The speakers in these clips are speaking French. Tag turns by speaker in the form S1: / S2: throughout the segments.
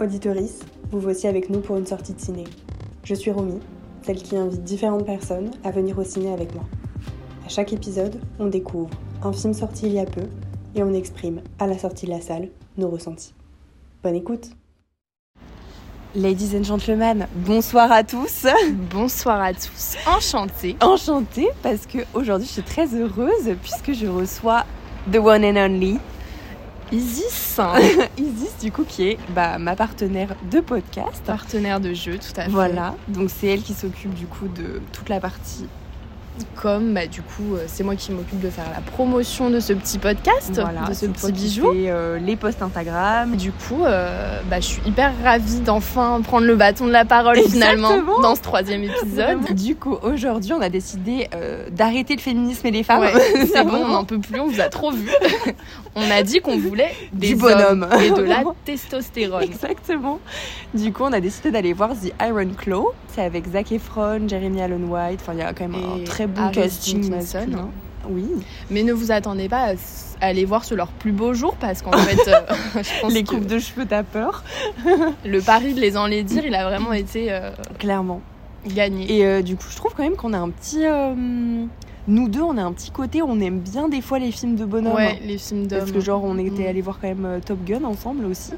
S1: auditorice, vous voici avec nous pour une sortie de ciné. Je suis Romy, celle qui invite différentes personnes à venir au ciné avec moi. À chaque épisode, on découvre un film sorti il y a peu et on exprime, à la sortie de la salle, nos ressentis. Bonne écoute Ladies and gentlemen, bonsoir à tous
S2: Bonsoir à tous, enchantée.
S1: Enchantée parce que aujourd'hui je suis très heureuse puisque je reçois The One and Only,
S2: Isis,
S1: Isis du coup qui est bah, ma partenaire de podcast.
S2: partenaire de jeu, tout à fait.
S1: Voilà, donc c'est elle qui s'occupe du coup de toute la partie.
S2: Comme bah, du coup, euh, c'est moi qui m'occupe de faire la promotion de ce petit podcast,
S1: Voilà,
S2: de ce
S1: c'est toi
S2: petit
S1: qui
S2: bijou.
S1: fais, euh, les posts Instagram.
S2: Du coup, euh, bah, je suis hyper ravie d'enfin prendre le bâton de la parole
S1: Exactement.
S2: finalement dans ce troisième épisode.
S1: Du coup, aujourd'hui, on a décidé euh, d'arrêter le féminisme et les femmes.
S2: Ouais, c'est bon, on
S1: Vraiment.
S2: n'en peut plus, on vous a trop vu. on a dit qu'on voulait des
S1: Du bonhomme.
S2: hommes et de la testostérone.
S1: Exactement. Du coup, on a décidé d'aller voir The Iron Claw. C'est avec Zac Efron, Jeremy Allen White. Enfin, il y a quand même un
S2: Et
S1: très bon
S2: Harris
S1: casting
S2: Dickinson.
S1: masculin.
S2: hein.
S1: Oui.
S2: Mais ne vous attendez pas à s- à aller voir sur leur plus beau jour parce qu'en fait, euh, je pense
S1: Les
S2: que
S1: coupes de cheveux, t'as peur,
S2: le pari de les enlaidir, il a vraiment été euh,
S1: clairement.
S2: gagné.
S1: Et euh, du coup, je trouve quand même qu'on a un petit. euh, nous deux, on a un petit côté, on aime bien des fois les films de bonhomme. hein.
S2: ouais, les films
S1: Parce
S2: d'hommes.
S1: que, genre, on était
S2: Mm.
S1: allés voir quand même euh, Top Gun ensemble aussi.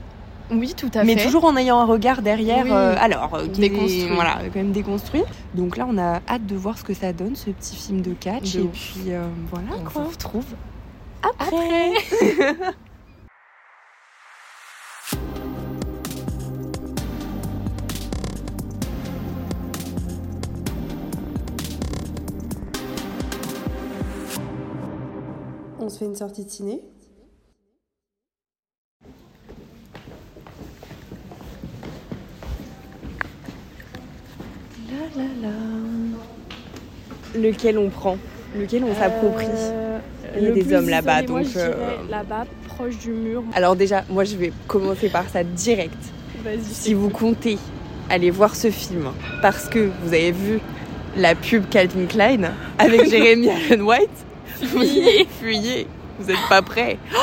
S2: Oui, tout à
S1: mais
S2: fait.
S1: toujours en ayant un regard derrière.
S2: Oui.
S1: euh, alors, euh, qui est-
S2: Déconstruit.
S1: Voilà, quand même déconstruit. Donc là, on a hâte de voir ce que ça donne, ce petit film de catch.
S2: De
S1: et
S2: ouf.
S1: puis, euh, voilà
S2: on
S1: quoi.
S2: vous retrouve.
S1: Après. On se fait une sortie de ciné Lequel on prend Lequel on s'approprie Il y a
S2: Euh, le
S1: des
S2: plus
S1: hommes là-bas,
S2: isolé, moi,
S1: donc,
S2: je dirais
S1: euh,
S2: Là-bas, proche du mur.
S1: Alors déjà, moi je vais commencer par ça direct.
S2: Vas-y.
S1: Si vous comptez aller voir ce film parce que vous avez vu la pub Calvin Klein avec Jeremy Allen White, fuyez, fuyez, vous n'êtes pas prêts. Oh,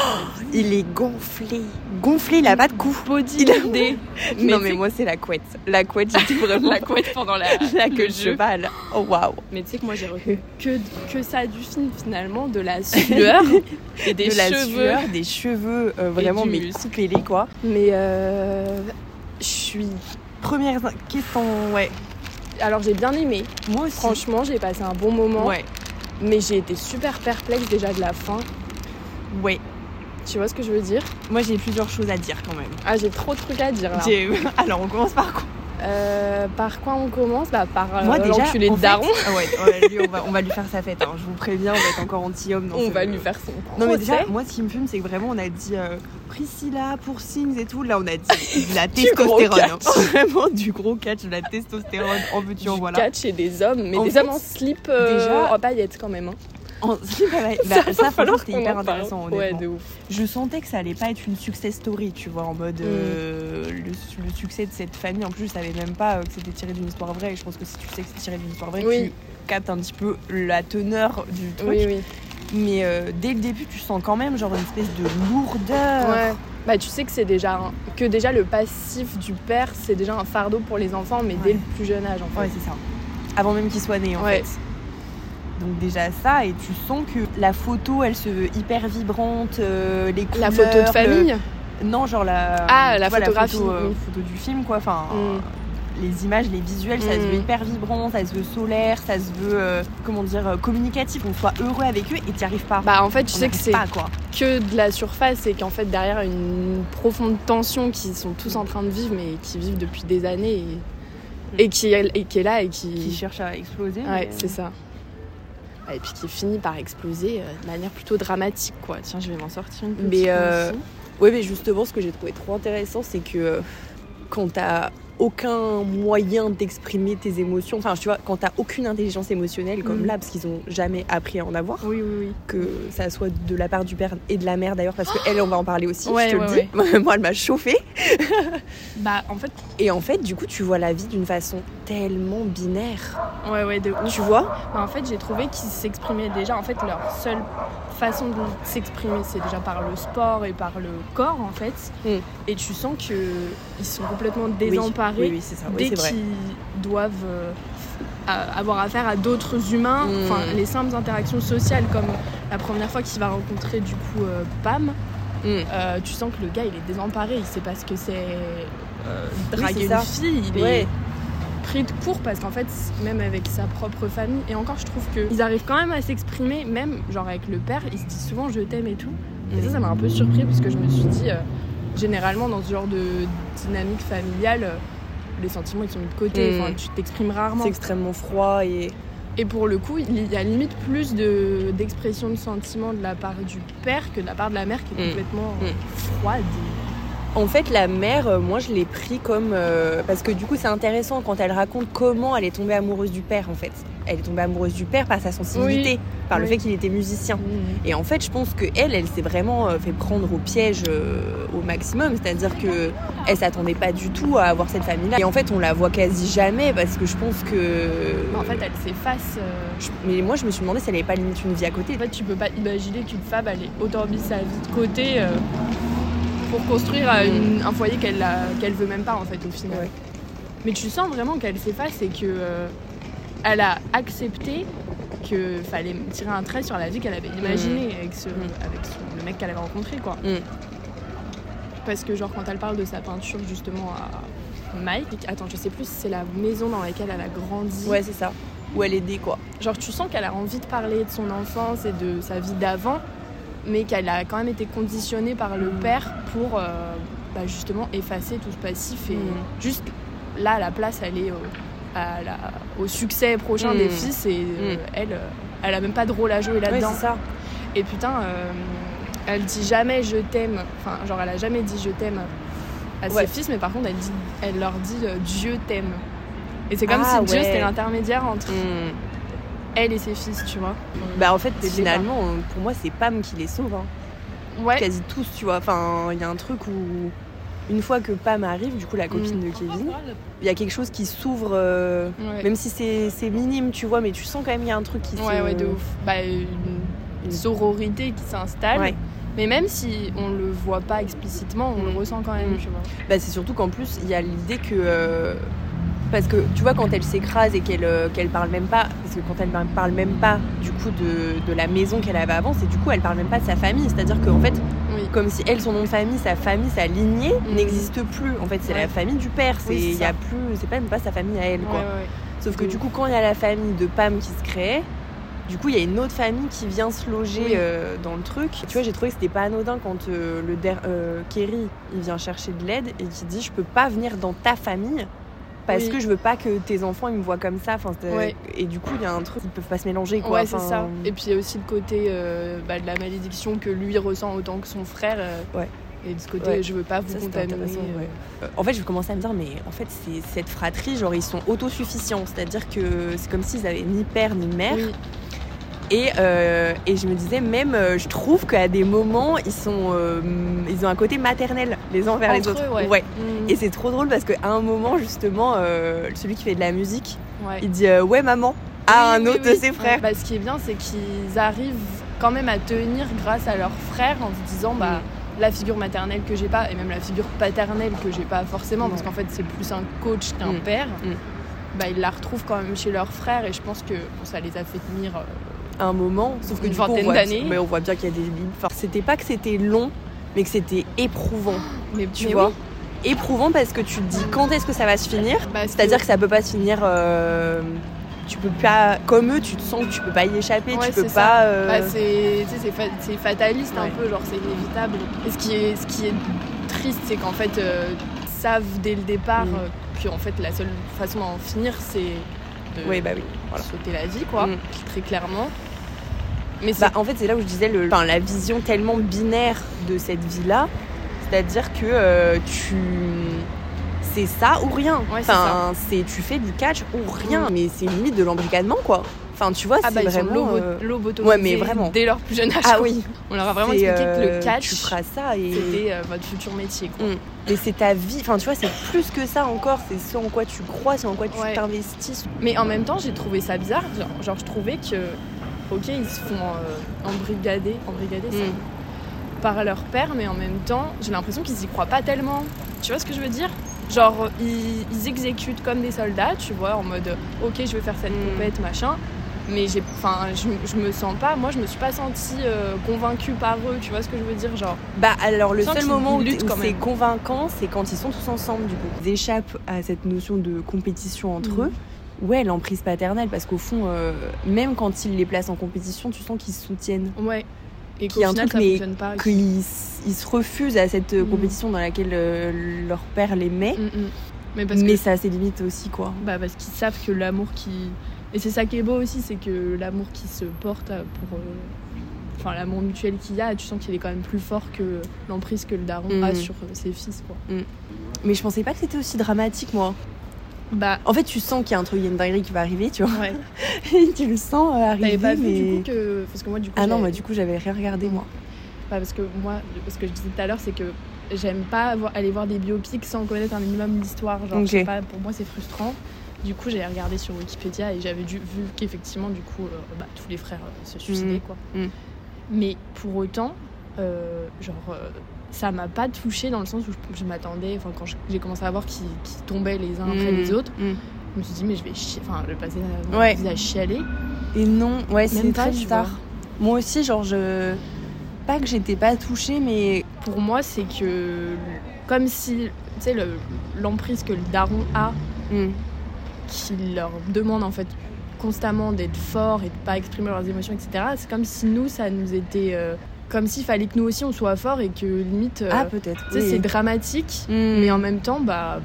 S1: il est gonflé, gonflé, il a pas de cou. Il a-
S2: Des...
S1: non
S2: mais
S1: mais
S2: tu-
S1: moi c'est la couette, la couette j'étais vraiment
S2: la couette pendant la,
S1: la queue
S2: le
S1: de
S2: jeu.
S1: cheval. Oh waouh.
S2: Mais tu sais que moi j'ai retenu que, que ça du film finalement, de la sueur et des
S1: de la
S2: cheveux.
S1: sueur, des cheveux euh, vraiment
S2: du
S1: mais
S2: muscle.
S1: coupez-les quoi.
S2: Mais euh, je suis.
S1: Première question, ouais.
S2: Alors j'ai bien aimé.
S1: Moi aussi.
S2: Franchement, j'ai passé un bon moment.
S1: ouais,
S2: Mais j'ai été super perplexe déjà de la fin.
S1: ouais.
S2: Tu vois ce que je veux dire
S1: Moi j'ai plusieurs choses à dire quand même.
S2: Ah, j'ai trop de trucs à dire là.
S1: J'ai- Alors on commence par quoi
S2: Euh, par quoi on commence Bah par euh,
S1: Moi déjà,
S2: l'enculé
S1: en
S2: de
S1: fait-
S2: Daron.
S1: Ah ouais, ouais, lui, on va, on va lui faire sa fête. hein. Je vous préviens, on va être encore anti-homme. dans
S2: On
S1: ce-
S2: va lui faire son
S1: Non mais déjà,
S2: procès.
S1: moi ce qui me fume, c'est que vraiment on a dit euh, Priscilla pour Sings et tout. Là on a dit de la
S2: gros
S1: testostérone. hein.
S2: catch.
S1: Vraiment du gros catch, de la testostérone. En veux-tu en
S2: du
S1: voilà.
S2: catch et des hommes, mais
S1: En
S2: des
S1: fait,
S2: hommes en slip euh,
S1: déjà-
S2: en paillettes quand même. hein.
S1: En- si, bah, bah, bah, ça,
S2: va
S1: franchement,
S2: falloir
S1: c'était
S2: qu'on
S1: hyper
S2: en parle.
S1: intéressant.
S2: Ouais,
S1: honnêtement.
S2: de ouf.
S1: Je sentais que ça allait pas être une success story, tu vois, en
S2: Mm.
S1: mode euh, le, le succès de cette famille. En plus, je savais même pas euh, que c'était tiré d'une histoire vraie. Et je pense que si tu sais que c'est tiré d'une histoire vraie,
S2: Oui.
S1: tu captes un petit peu la teneur du truc.
S2: Oui, oui.
S1: Mais euh, dès le début, tu sens quand même genre une espèce de lourdeur.
S2: Ouais. Bah, tu sais que c'est déjà un- que déjà le passif du père, c'est déjà un fardeau pour les enfants, mais
S1: Ouais.
S2: dès le plus jeune âge en fait.
S1: Ouais, c'est ça. Avant même qu'il soit né, en
S2: Ouais.
S1: fait. Donc déjà ça, et tu sens que la photo, elle se veut hyper vibrante, euh, les couleurs.
S2: La photo
S1: le-
S2: de famille,
S1: Non, genre la.
S2: Ah,
S1: tu
S2: la
S1: vois,
S2: photographie,
S1: photo, euh,
S2: oui.
S1: photo du film, quoi. Enfin,
S2: Mm.
S1: les images, les visuels, ça se
S2: Mm.
S1: veut hyper vibrant, ça se veut solaire, ça se veut, euh, comment dire, euh, communicatif. On soit heureux avec eux et t'y arrives pas.
S2: bah en fait,
S1: On
S2: tu sais que
S1: n'arrive
S2: c'est
S1: pas, quoi.
S2: que de la surface et qu'en fait derrière une profonde tension qu'ils sont tous en train de vivre mais qui vivent depuis des années et, et qui, et qui est là et
S1: Qui
S2: Mm. qui... euh.
S1: cherche à exploser.
S2: Ouais,
S1: mais- euh,
S2: c'est ça. Et puis qui finit par exploser euh, de manière plutôt dramatique quoi. Tiens, je vais m'en sortir une petite
S1: Mais,
S2: fois
S1: euh,
S2: aussi.
S1: Oui, mais justement, ce que j'ai trouvé trop intéressant, c'est que euh, quand t'as aucun moyen d'exprimer tes émotions, enfin, tu vois, quand t'as aucune intelligence émotionnelle, comme
S2: Mm.
S1: là, parce qu'ils ont jamais appris à en avoir,
S2: Oui, oui,
S1: que ça soit de la part du père et de la mère d'ailleurs, parce qu'elle, on va en parler aussi,
S2: Ouais,
S1: je te
S2: ouais,
S1: le dis. Moi, elle m'a chauffée.
S2: oui. Bah en fait,
S1: Et en fait, du coup, tu vois la vie d'une façon tellement binaire.
S2: Ouais, ouais, de ouf.
S1: Tu vois
S2: Bah, en fait, j'ai trouvé qu'ils s'exprimaient déjà. En fait, leur seule façon de s'exprimer, c'est déjà par le sport et par le corps, en fait.
S1: Mm.
S2: Et tu sens qu'ils sont complètement
S1: Oui,
S2: désemparés
S1: Oui, oui, c'est ça. Oui,
S2: dès
S1: c'est vrai.
S2: qu'ils doivent euh, a- avoir affaire à d'autres humains.
S1: Mm.
S2: Enfin, les simples interactions sociales, comme la première fois qu'il va rencontrer, du coup, euh, Pam.
S1: Mm.
S2: euh, tu sens que le gars il est désemparé, il sait pas ce que c'est euh,
S1: c'est
S2: draguer
S1: ça.
S2: une fille, il est
S1: Ouais.
S2: pris de court parce qu'en fait, même avec sa propre famille, et encore, je trouve qu'ils arrivent quand même à s'exprimer, même genre avec le père, ils se disent souvent je t'aime et tout. Et ça, ça m'a un peu surpris parce que je me suis dit, euh, généralement, dans ce genre de dynamique familiale, euh, les sentiments ils sont mis de côté,
S1: Mm.
S2: Enfin, tu t'exprimes
S1: C'est
S2: rarement.
S1: extrêmement froid et.
S2: Et pour le coup, il y a limite plus de- d'expression de, sentiments de la part du père que de la part de la mère qui est
S1: Mm.
S2: complètement euh,
S1: Mm.
S2: froide.
S1: En fait, la mère, euh, moi, je l'ai pris comme. euh, parce que du coup, c'est intéressant quand elle raconte comment elle est tombée amoureuse du père, en fait. Elle est tombée amoureuse du père par sa sensibilité, par le
S2: Oui.
S1: fait qu'il était musicien.
S2: Mm.
S1: Et en fait, je pense que elle, elle s'est vraiment euh, fait prendre au piège euh, au maximum. C'est-à-dire que elle s'attendait pas du tout à avoir cette famille-là. Et en fait, on la voit quasi jamais parce que je pense que.
S2: Mais Bah, En fait, elle s'efface. euh,
S1: Je- Mais moi, je me suis demandé si elle avait pas limite une vie à côté.
S2: En fait, tu peux pas imaginer qu'une femme elle ait autant mis sa vie de côté euh, pour construire euh, une- un foyer qu'elle a- qu'elle veut même pas en fait au final.
S1: Mm. Ouais.
S2: Mais tu sens vraiment qu'elle s'efface et que euh, elle a accepté que fallait tirer un trait sur la vie qu'elle avait imaginée avec, ce, avec ce- le mec qu'elle avait rencontré quoi.
S1: Mm.
S2: Parce que genre quand elle parle de sa peinture justement à Mike, attends je sais plus si c'est la maison dans laquelle elle a grandi.
S1: Ouais, c'est ça. Où elle aidait, quoi.
S2: Genre tu sens qu'elle a envie de parler de son enfance et de sa vie d'avant, mais qu'elle a quand même été conditionnée par le
S1: Mm.
S2: père pour euh, bah, justement effacer tout ce passif et
S1: Mm.
S2: juste là la place elle est au, à la- au succès prochain
S1: Mm.
S2: des fils et euh,
S1: Mm.
S2: elle, euh, elle a même pas de rôle à jouer
S1: Ouais,
S2: là-dedans.
S1: c'est ça.
S2: et putain, euh, elle dit jamais je t'aime, enfin genre elle a jamais dit je t'aime à
S1: Ouais.
S2: ses fils, mais par contre elle, dit, elle leur dit euh, Dieu t'aime. Et c'est comme
S1: Ah,
S2: si Dieu
S1: ouais.
S2: c'était l'intermédiaire entre
S1: Mm.
S2: elle et ses fils, tu vois.
S1: Bah en fait
S2: Des
S1: finalement euh, pour moi c'est Pam qui les sauve hein.
S2: Ouais,
S1: quasi tous tu vois enfin il y a un truc où une fois que Pam arrive du coup la copine de Kevin il y a quelque chose qui s'ouvre euh,
S2: Hmm. ouais.
S1: même si c'est c'est minime tu vois mais tu sens quand même qu'il y a un truc qui se-
S2: ouais, ouais, de ouf. Bah, une, une sororité qui s'installe.
S1: Ouais.
S2: Mais même si on le voit pas explicitement, on le
S1: Mm.
S2: ressent quand même,
S1: Mm.
S2: tu vois.
S1: Bah, c'est surtout qu'en plus il y a l'idée que euh, parce que tu vois quand elle s'écrase et qu'elle euh, qu'elle parle même pas parce que quand elle parle même pas du coup de, de la maison qu'elle avait avant c'est du coup elle parle même pas de sa famille c'est à dire qu'en fait
S2: Oui.
S1: comme si elle, son nom de famille, sa famille, sa lignée
S2: Mhm.
S1: n'existe plus. En fait, c'est
S2: Ouais.
S1: la famille du père. C'est
S2: Oui, c'est
S1: il y
S2: ça.
S1: a plus, c'est pas même pas sa famille à elle.
S2: Ouais,
S1: Quoi.
S2: ouais, ouais.
S1: Sauf que
S2: De
S1: du
S2: ouf.
S1: coup, quand il y a la famille de Pam qui se crée, du coup, il y a une autre famille qui vient se loger
S2: Oui.
S1: euh, dans le truc. Tu vois, j'ai trouvé que c'était pas anodin quand euh, le der- euh, Kerry il vient chercher de l'aide et qui dit je peux pas venir dans ta famille. Parce
S2: Oui.
S1: que je veux pas que tes enfants ils me voient comme ça. Enfin, c'est-
S2: Ouais.
S1: Et du coup, il y a un truc, ils peuvent pas se mélanger quoi.
S2: Ouais, c'est
S1: Enfin, euh,
S2: ça. Et puis il y a aussi le côté euh, bah, de la malédiction que lui ressent autant que son frère. euh,
S1: Ouais.
S2: Et de ce côté,
S1: Ouais.
S2: je veux pas vous
S1: Ça, c'était
S2: contaminer.
S1: intéressant,
S2: euh,
S1: ouais. Euh, En fait, je commençais à me dire, mais en fait, c'est cette fratrie, genre, ils sont autosuffisants. C'est-à-dire que c'est comme s'ils avaient ni père ni mère.
S2: oui.
S1: Et, euh, et je me disais, même, euh, je trouve qu'à des moments, ils, sont, euh, ils ont un côté maternel les uns vers les
S2: Entre
S1: autres.
S2: eux, ouais. Mm.
S1: Et c'est trop drôle parce qu'à un moment, justement, euh, celui qui fait de la musique,
S2: Mm, ouais.
S1: il dit euh, Ouais, maman, à
S2: Oui,
S1: Ah, un
S2: oui,
S1: autre
S2: oui.
S1: de ses frères.
S2: Bah, ce qui est bien, c'est qu'ils arrivent quand même à tenir grâce à leurs frères en se disant bah, la figure maternelle que j'ai pas et même la figure paternelle que j'ai pas forcément parce
S1: Ouais.
S2: qu'en fait c'est plus un coach qu'un
S1: Mm.
S2: père.
S1: Mm.
S2: Bah, ils la retrouvent quand même chez leurs frères et je pense que bon, ça les a fait tenir. euh,
S1: À un moment, sauf que
S2: Une
S1: du coup, on
S2: vingtaine
S1: voit,
S2: d'années.
S1: mais on voit bien qu'il y a des limites. Enfin, c'était pas que c'était long, mais que c'était éprouvant.
S2: mais
S1: tu
S2: mais
S1: vois.
S2: oui.
S1: Éprouvant parce que tu te dis quand est-ce que ça va se finir
S2: Bah,
S1: C'est-à-dire que ça peut pas se finir. euh, tu peux pas, comme eux, tu te sens que tu peux pas y échapper,
S2: Ouais,
S1: tu peux
S2: c'est ça.
S1: pas. euh,
S2: Bah, c'est tu sais, c'est fa- c'est fataliste un
S1: Ouais.
S2: peu, genre c'est inévitable. Et ce qui est, ce qui est triste, c'est qu'en fait, euh, ils savent dès le départ
S1: Mm.
S2: euh, que en fait, la seule façon d'en finir, c'est de
S1: Oui, bah oui. voilà.
S2: sauter la vie, quoi,
S1: Mm.
S2: très clairement. Mais c'est
S1: Bah, en fait, c'est là où je disais le, enfin, la vision tellement binaire de cette vie-là. C'est-à-dire que euh, tu. C'est ça ou rien.
S2: Ouais, c'est
S1: enfin, c'est tu fais du catch ou rien. Mais c'est limite de l'embrigadement, quoi. Enfin, tu vois,
S2: Ah bah
S1: c'est
S2: ils sont
S1: vraiment.
S2: lobo-
S1: euh,
S2: lobotomisés
S1: ouais, mais vraiment.
S2: dès leur plus jeune âge.
S1: Ah
S2: quoi.
S1: oui,
S2: On leur a vraiment
S1: c'est,
S2: expliqué que
S1: euh,
S2: le catch,
S1: Tu feras ça et.
S2: c'était euh, votre futur métier. Quoi.
S1: Mais c'est ta vie. Enfin, tu vois, c'est plus que ça encore. C'est ce en quoi tu crois, c'est en quoi tu
S2: Ouais.
S1: t'investis.
S2: Mais en même temps, j'ai trouvé ça bizarre. Genre, genre, je trouvais que, ok, ils se font euh, embrigader, embrigader
S1: Mm.
S2: ça, par leur père, mais en même temps, j'ai l'impression qu'ils y croient pas tellement. Tu vois ce que je veux dire Genre, ils, ils exécutent comme des soldats, tu vois, en mode, ok, je vais faire cette
S1: Mm.
S2: compète, machin. Mais j'ai, enfin, je, je me sens pas. Moi, je me suis pas sentie euh, convaincue par eux. Tu vois ce que je veux dire, genre.
S1: Bah alors le
S2: Je sens
S1: seul
S2: qu'ils
S1: moment où,
S2: luttent
S1: où
S2: quand
S1: c'est
S2: même.
S1: convaincant, c'est quand ils sont tous ensemble du coup. Ils échappent à cette notion de compétition entre
S2: Mhm.
S1: eux. Ouais, l'emprise paternelle, parce qu'au fond, euh, même quand ils les placent en compétition, tu sens qu'ils se soutiennent.
S2: Ouais. Et
S1: Qu'il y a
S2: qu'au
S1: un
S2: final,
S1: truc,
S2: ça
S1: mais
S2: fonctionne pas.
S1: Qu'ils s- ils se refusent à cette euh,
S2: Mhm.
S1: compétition dans laquelle euh, leur père les met.
S2: Mm, mm. Mais parce
S1: mais
S2: que
S1: ça a ses limites aussi, quoi.
S2: Bah parce qu'ils savent que l'amour qui... Et c'est ça qui est beau aussi, c'est que l'amour qui se porte euh, pour... euh, Enfin, l'amour mutuel qu'il y a, tu sens qu'il est quand même plus fort que l'emprise que le daron
S1: Mhm.
S2: a sur euh, ses fils, quoi.
S1: Mais je pensais pas que c'était aussi dramatique, moi.
S2: Bah,
S1: En fait, tu sens qu'il y a un truc, il y a une dinguerie qui va arriver, tu vois.
S2: ouais.
S1: tu le sens euh, arriver.
S2: T'avais pas
S1: mais...
S2: vu, du coup, que... Parce que moi, du coup...
S1: Ah non,
S2: j'ai-
S1: bah du coup, j'avais rien regardé, moi.
S2: Bah, parce que moi, ce que je disais tout à l'heure, c'est que j'aime pas avoir- aller voir des biopics sans connaître un minimum l'histoire. Genre,
S1: Ok.
S2: je sais pas, pour moi, c'est frustrant. Du coup, j'ai regardé sur Wikipédia et j'avais dû- vu qu'effectivement, du coup, euh, bah, tous les frères euh, se suicidaient,
S1: Mhm.
S2: quoi.
S1: Mhm.
S2: Mais pour autant, euh, genre, euh, ça m'a pas touchée dans le sens où je, je m'attendais, enfin, quand je- j'ai commencé à voir qu'ils qu'ils tombaient les uns après les
S1: Mhm.
S2: autres,
S1: Mhm.
S2: je me suis dit, mais je vais chier, enfin, je vais passer ma- ma
S1: Ouais.
S2: vie à chialer.
S1: Et non, ouais, c'est
S2: Même pas,
S1: très
S2: tu
S1: bizarre.
S2: vois.
S1: Moi aussi, genre, je. Pas que j'étais pas touchée, mais.
S2: pour moi, c'est que comme si, tu sais, le- l'emprise que le daron a,
S1: hmm.
S2: qui leur demande en fait constamment d'être fort et de pas exprimer leurs émotions, etc. C'est comme si nous, ça nous était, euh, comme s'il fallait que nous aussi on soit fort et que limite, euh,
S1: Ah, peut-être.
S2: tu sais,
S1: oui.
S2: c'est dramatique,
S1: Mm.
S2: mais en même temps, bah.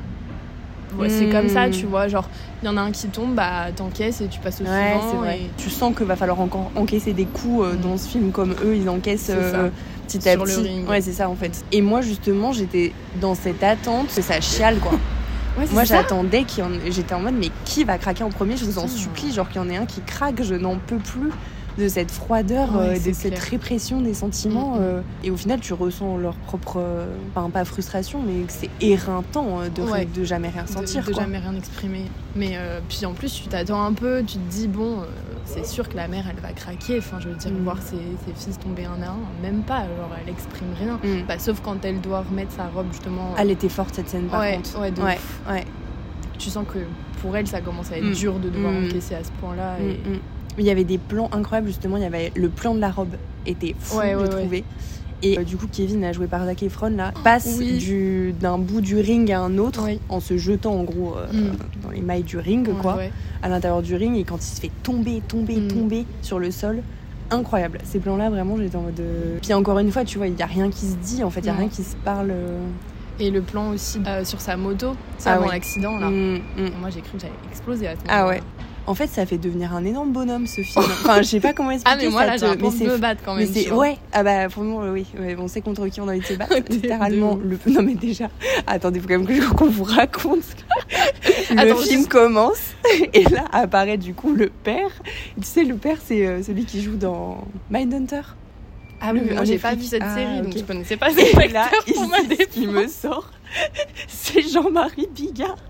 S2: ouais, C'est comme ça,
S1: Mm.
S2: tu vois. Genre, il y en a un qui tombe, bah t'encaisses et tu passes au
S1: Ouais,
S2: suivant.
S1: c'est vrai.
S2: et-
S1: Tu sens que va falloir encore encaisser des coups euh,
S2: Mm.
S1: dans ce film, comme eux, ils encaissent
S2: C'est ça.
S1: euh, petit à
S2: Sur le
S1: petit.
S2: ring.
S1: Ouais, c'est ça, en fait. Et moi, justement, j'étais dans cette attente que ça chiale, quoi.
S2: Ouais, c'est
S1: moi,
S2: ça.
S1: j'attendais qu'il y en... J'étais en mode, mais qui va craquer en premier Je vous en
S2: Putain.
S1: supplie, genre qu'il y en ait un qui craque, je n'en peux plus de cette froideur,
S2: Ouais,
S1: euh, de
S2: c'est
S1: cette
S2: clair.
S1: répression des sentiments.
S2: Mhm.
S1: euh, et au final, tu ressens leur propre, euh, enfin pas frustration, mais que c'est éreintant euh, de,
S2: Ouais.
S1: de jamais rien sentir.
S2: de, de
S1: quoi.
S2: jamais rien exprimer. Mais euh, puis en plus, tu t'attends un peu, tu te dis, bon, euh, c'est sûr que la mère, elle va craquer. Enfin, je veux dire,
S1: Mm.
S2: voir ses, ses fils tomber un à un, même pas, genre, elle exprime rien.
S1: Mm.
S2: Bah, sauf quand elle doit remettre sa robe, justement. euh,
S1: Elle était forte cette scène par
S2: Bah, ouais,
S1: contre.
S2: ouais, de
S1: Ouais,
S2: ouf.
S1: ouais.
S2: Tu sens que pour elle, ça commence à être
S1: Mm.
S2: dur de devoir
S1: Mm.
S2: encaisser à ce point-là.
S1: Mm,
S2: Et...
S1: mm. Il y avait des plans incroyables justement. Il y avait le plan de la robe était fou,
S2: Ouais,
S1: je
S2: ouais, ouais.
S1: trouvais. Et euh, du coup, Kevin a joué par Zac Efron là, passe
S2: oui.
S1: du- d'un bout du ring à un autre
S2: Oui.
S1: en se jetant en gros euh,
S2: Mm.
S1: dans les mailles du ring
S2: Ouais,
S1: quoi,
S2: ouais.
S1: à l'intérieur du ring et quand il se fait tomber, tomber,
S2: Mm.
S1: tomber sur le sol. Incroyable, ces plans là vraiment j'étais en mode. euh, Puis encore une fois, tu vois, il n'y a rien qui se dit en fait, il n'y a
S2: Non.
S1: rien qui se parle. euh,
S2: Et le plan aussi euh, sur sa moto, c'est
S1: Ah
S2: avant
S1: ouais.
S2: l'accident, là.
S1: mm, mm.
S2: Moi, j'ai cru que j'allais exploser à ce
S1: Ah
S2: moment-là.
S1: ouais. En fait, ça fait devenir un énorme bonhomme ce film. enfin, je sais pas comment
S2: Ah,
S1: expliquer
S2: mais moi,
S1: ça
S2: là,
S1: te-
S2: j'ai un peu
S1: mais
S2: envie
S1: c'est
S2: de me battre quand même.
S1: Mais c'est-
S2: tu vois.
S1: ouais, ah bah pour moi oui, Ouais, on sait contre qui on a envie de se battre,
S2: T'es
S1: littéralement.
S2: de
S1: Le... Non mais déjà, attendez, faut quand même que je- qu'on vous raconte. le
S2: Attends,
S1: film
S2: juste-
S1: commence et là apparaît du coup le père. Tu sais, le père c'est euh, celui qui joue dans Mindhunter.
S2: Ah oui,
S1: Le-
S2: mais
S1: un
S2: moi j'ai
S1: des
S2: pas
S1: flics.
S2: vu cette
S1: Ah,
S2: série, donc
S1: ok.
S2: je connaissais pas cet
S1: Et là,
S2: acteur
S1: il,
S2: pour ma
S1: ce qui me
S2: défense.
S1: sort, c'est Jean-Marie Bigard.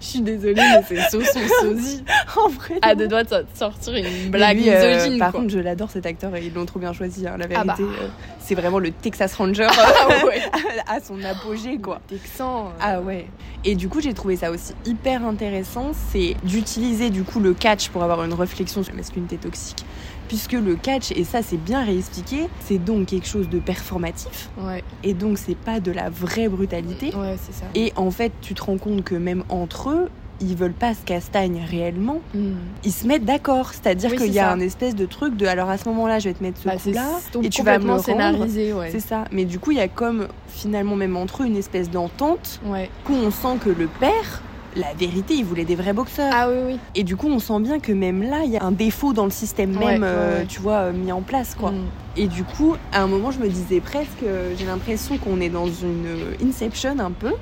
S2: Je suis désolée, mais c'est so son sosie.
S1: En vrai,
S2: À
S1: de-
S2: deux doigts Ah, de sortir une
S1: Mais
S2: blague
S1: lui, euh,
S2: misogyne,
S1: par
S2: quoi.
S1: contre, je l'adore cet acteur et ils l'ont trop bien choisi. hein, la
S2: Ah
S1: vérité,
S2: bah.
S1: euh, c'est vraiment le Texas Ranger euh,
S2: Ah ouais,
S1: à son apogée quoi.
S2: Texan. euh,
S1: Ah ouais. Et du coup, j'ai trouvé ça aussi hyper intéressant, c'est d'utiliser du coup le catch pour avoir une réflexion sur la masculinité toxique. Puisque le catch, et ça c'est bien réexpliqué, c'est donc quelque chose de performatif,
S2: Ah, Ouais,
S1: et donc c'est pas de la vraie brutalité.
S2: ouais, c'est ça.
S1: Et en fait, tu te rends compte que même entre eux, ils veulent pas se castagne réellement,
S2: Mm.
S1: ils se mettent d'accord. C'est-à-dire
S2: Oui,
S1: qu'il
S2: c'est
S1: y a
S2: ça.
S1: un espèce de truc de alors à ce moment-là, je vais te mettre ce
S2: Bah, c'est
S1: coup-là,
S2: donc
S1: et tu vas me le
S2: complètement
S1: rendre.
S2: scénarisé, ouais.
S1: C'est ça. Mais du coup, il y a comme finalement même entre eux une espèce d'entente
S2: Ouais.
S1: coup, on sent que le père, la vérité, il voulait des vrais boxeurs.
S2: Ah oui, oui.
S1: Et du coup, on sent bien que même là, il y a un défaut dans le système
S2: Ouais,
S1: même,
S2: ouais,
S1: euh,
S2: ouais.
S1: tu vois, euh, mis en place, quoi.
S2: Mm.
S1: Et du coup, à un moment, je me disais presque, euh, j'ai l'impression qu'on est dans une euh, Inception un peu.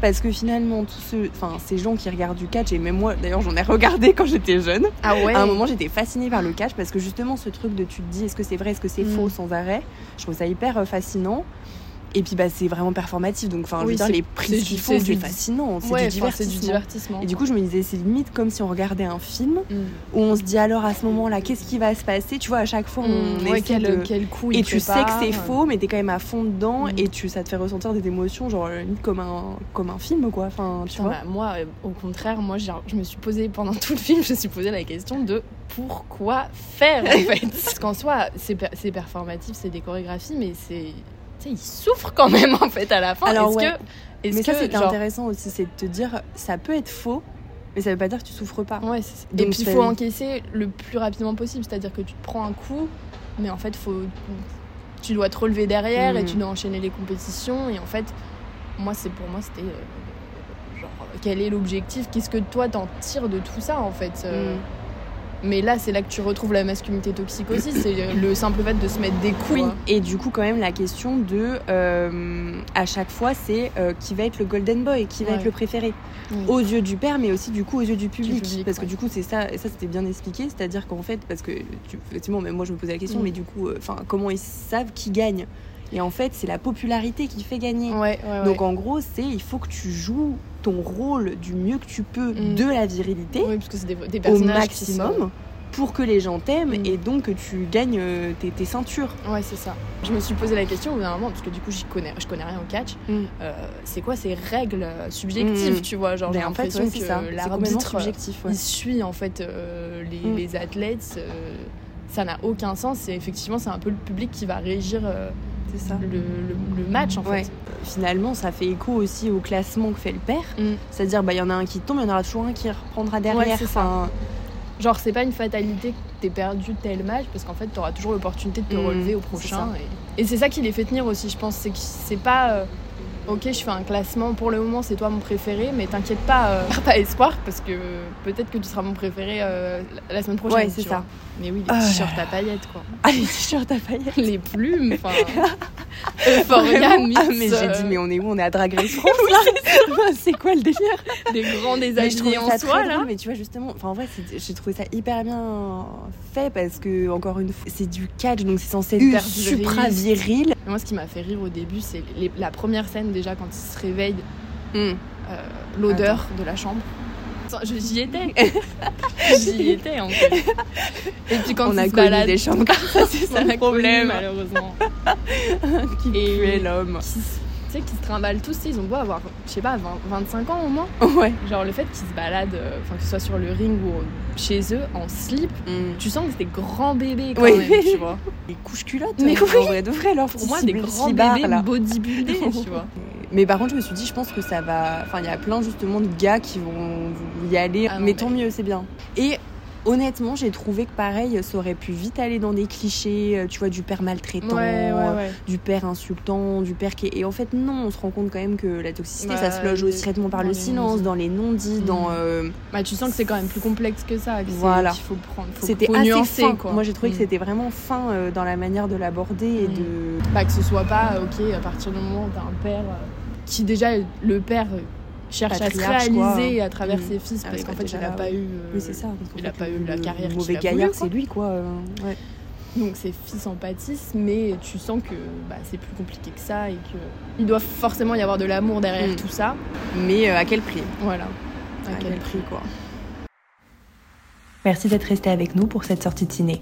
S1: Parce que finalement, tous ceux, enfin, ces gens qui regardent du catch, et même moi, d'ailleurs, j'en ai regardé quand j'étais jeune.
S2: Ah ouais
S1: À un moment, j'étais fascinée par le catch parce que justement, ce truc de tu te dis est-ce que c'est vrai, est-ce que c'est
S2: Mm.
S1: faux sans arrêt, je trouve ça hyper euh, fascinant. Et puis, bah, c'est vraiment performatif. Donc, enfin, je
S2: Oui,
S1: veux dire,
S2: c'est-
S1: les
S2: c'est
S1: prises qu'ils
S2: du-
S1: font,
S2: c'est du-
S1: c'est fascinant. C'est
S2: Ouais,
S1: du
S2: enfin, c'est du
S1: divertissement.
S2: divertissement.
S1: Et du coup, je me disais, c'est limite comme si on regardait un film
S2: Mm.
S1: où on se dit alors à ce moment-là, qu'est-ce qui va se passer Tu vois, à chaque fois, on
S2: Mm, Ouais,
S1: essaie
S2: quel, euh,
S1: de...
S2: quel coup
S1: Et
S2: il
S1: tu sais que
S2: prépare.
S1: c'est faux, mais t'es quand même à fond dedans
S2: euh. Mm.
S1: et tu, ça te fait ressentir des émotions, genre euh, limite comme un, comme un film, quoi. Enfin, tu
S2: Putain,
S1: vois.
S2: bah, moi, euh, au contraire, moi, j'ai- je me suis posé pendant tout le film, je me suis posé la question de pourquoi faire en fait. Parce qu'en soi, c'est per- c'est performatif, c'est des chorégraphies, mais c'est, tu sais, ils souffrent quand même en fait à la fin.
S1: Alors,
S2: Est-ce
S1: ouais.
S2: que, est-ce
S1: Mais ça,
S2: que,
S1: c'est
S2: genre,
S1: intéressant aussi, c'est de te dire, ça peut être faux, mais ça veut pas dire que tu souffres pas.
S2: Ouais, c'est-
S1: Donc,
S2: et puis il
S1: c'est-
S2: faut encaisser le plus rapidement possible, c'est-à-dire que tu te prends un coup, mais en fait faut, tu dois te relever derrière et
S1: Mhm.
S2: tu dois enchaîner les compétitions et en fait, moi c'est pour moi c'était euh, genre quel est l'objectif, qu'est-ce que toi t'en tires de tout ça en fait. euh,
S1: Mm.
S2: Mais là c'est là que tu retrouves la masculinité toxique aussi, c'est euh, le simple fait de se mettre des coups.
S1: Oui.
S2: hein.
S1: Et du coup, quand même, la question de euh, à chaque fois, c'est euh, qui va être le golden boy, qui va
S2: Ouais.
S1: être le préféré,
S2: Oui.
S1: aux yeux du père, mais aussi du coup aux yeux du public,
S2: public,
S1: parce que
S2: ouais.
S1: du coup, c'est ça, et ça c'était bien expliqué, c'est-à-dire qu'en fait, parce que tu- effectivement, même moi, je me posais la question,
S2: Mm.
S1: mais du coup, euh, enfin, comment ils savent qui gagne Et en fait, c'est la popularité qui fait gagner.
S2: Ouais, ouais, ouais.
S1: Donc en gros, c'est il faut que tu joues ton rôle du mieux que tu peux
S2: Mm.
S1: de la virilité
S2: Oui, parce que c'est des, des
S1: au
S2: personnages qui sont-
S1: maximum pour que les gens t'aiment
S2: Mm.
S1: et donc que tu gagnes euh, tes, tes ceintures.
S2: Ouais, c'est ça. Je me suis posé la question au bout d'un moment, parce que du coup, j'y connais, je connais rien au catch.
S1: Mm.
S2: Euh, c'est quoi ces règles euh, subjectives,
S1: Mm.
S2: tu vois Genre, j'ai
S1: Mais en fait,
S2: l'impression
S1: ouais,
S2: que
S1: c'est ça. C'est complètement
S2: l'arbitre, euh,
S1: subjectif. ouais.
S2: il suit en fait euh, les,
S1: Mm.
S2: les athlètes. euh, ça n'a aucun sens. Et effectivement, c'est un peu le public qui va régir euh,
S1: C'est ça.
S2: le, le- le match, en
S1: Ouais.
S2: fait.
S1: Finalement, ça fait écho aussi au classement que fait le père.
S2: Mm.
S1: C'est-à-dire, bah, il y en a un qui tombe, il y en aura toujours un qui reprendra derrière.
S2: Ouais, c'est ça.
S1: Enfin,
S2: Genre, c'est pas une fatalité que t'aies perdu tel match, parce qu'en fait, t'auras toujours l'opportunité de te
S1: Mhm,
S2: relever au
S1: c'est
S2: prochain. Et, et c'est ça qui les fait tenir aussi, je pense. C'est que c'est pas. euh, Ok, je fais un classement, pour le moment c'est toi mon préféré, mais t'inquiète pas, euh, perds pas espoir, parce que euh, peut-être que tu seras mon préféré euh, la- la semaine prochaine.
S1: Ouais, c'est
S2: tu
S1: ça.
S2: vois. Mais oui, les
S1: Ah là
S2: t-shirts à paillettes, quoi.
S1: Ah, les t-shirts à paillettes.
S2: Les plumes, enfin. Euphoria,
S1: Vraiment.
S2: Oh, Mix,
S1: Ah, mais j'ai
S2: euh,
S1: dit, mais on est où On est à Drag Race France, là Bah, C'est quoi le délire
S2: euh, des grands
S1: Mais je
S2: déshabillés
S1: trouvais
S2: en
S1: ça
S2: soi,
S1: très
S2: là.
S1: drôle, mais tu vois justement, enfin en vrai, c'est- j'ai trouvé ça hyper bien fait parce que encore une fois, c'est du catch, donc c'est censé
S2: Hyper
S1: être supra viril.
S2: Mais Moi, ce qui m'a fait rire au début, c'est les- la première scène déjà quand ils se réveillent
S1: Mm.
S2: euh, l'odeur de la chambre. Attends, je- J'y étais. J'y étais en fait. Et puis quand
S1: on
S2: ils
S1: a
S2: se
S1: connu
S2: baladent,
S1: des chambres comme ça, c'est
S2: on
S1: ça
S2: a
S1: le
S2: connu,
S1: problème.
S2: malheureusement.
S1: Qui
S2: Et-
S1: tuait l'homme.
S2: Qui se- tu sais, qui se trimballent tous, tu sais, ils ont beau avoir, je sais pas, 20 25 ans au moins.
S1: Ouais.
S2: Genre le fait qu'ils se baladent, euh, enfin que ce soit sur le ring ou chez eux, en slip, tu sens que c'est des grands bébés quand
S1: Oui.
S2: même, tu vois.
S1: Les couches culottes.
S2: Mais
S1: en vrai, de vrai, leur
S2: Pour
S1: petit
S2: moi, des
S1: cibou-
S2: grands
S1: cibard,
S2: bébés
S1: là.
S2: bodybuildés, tu vois.
S1: Mais par contre, je me suis dit, je pense que ça va. Enfin, il y a plein justement de gars qui vont y aller,
S2: Ah non,
S1: mais
S2: mais-
S1: tant mieux, c'est bien. Et honnêtement, j'ai trouvé que pareil, ça aurait pu vite aller dans des clichés, euh, tu vois, du père maltraitant,
S2: Ouais, ouais, ouais.
S1: du père insultant, du père qui est... Et en fait, non, on se rend compte quand même que la toxicité, ça
S2: Bah,
S1: se loge
S2: les-
S1: aussi traitement par
S2: dans
S1: le
S2: les
S1: silence,
S2: non-dits.
S1: dans les non-dits, dans...
S2: Mm.
S1: euh,
S2: Bah, tu sens que c'est quand même plus complexe que ça. que c'est-
S1: Voilà.
S2: Qu'il faut prendre. faut-
S1: C'était
S2: faut
S1: assez
S2: nuancer,
S1: fin.
S2: quoi.
S1: Moi, j'ai trouvé que
S2: Mm.
S1: c'était vraiment fin euh, dans la manière de l'aborder et
S2: Mm.
S1: de...
S2: Bah, que ce soit pas, euh, ok, à partir du moment où t'as un père euh, qui, déjà, le père euh, cherche à se
S1: Patriarche, quoi.
S2: réaliser à travers
S1: Mm.
S2: ses fils
S1: Ah
S2: parce
S1: oui,
S2: qu'en
S1: bah,
S2: fait,
S1: déjà
S2: il a
S1: là,
S2: pas
S1: ouais.
S2: eu. euh,
S1: Oui, c'est ça. parce qu'en
S2: il a
S1: fait,
S2: pas
S1: le-
S2: eu la
S1: le
S2: carrière qu'il
S1: mauvais
S2: a voulu,
S1: gaillard,
S2: quoi.
S1: c'est lui, quoi. euh, ouais.
S2: Donc, ses fils en pâtissent, mais tu sens que bah, c'est plus compliqué que ça et que il doit forcément y avoir de l'amour derrière
S1: Mm.
S2: tout ça.
S1: Mais euh, à quel prix
S2: Voilà.
S1: À, quel, prix, quoi.
S3: Merci d'être resté avec nous pour cette sortie de ciné.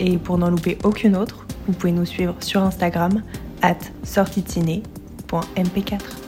S3: Et pour n'en louper aucune autre, vous pouvez nous suivre sur Instagram at sortietiné.mp4.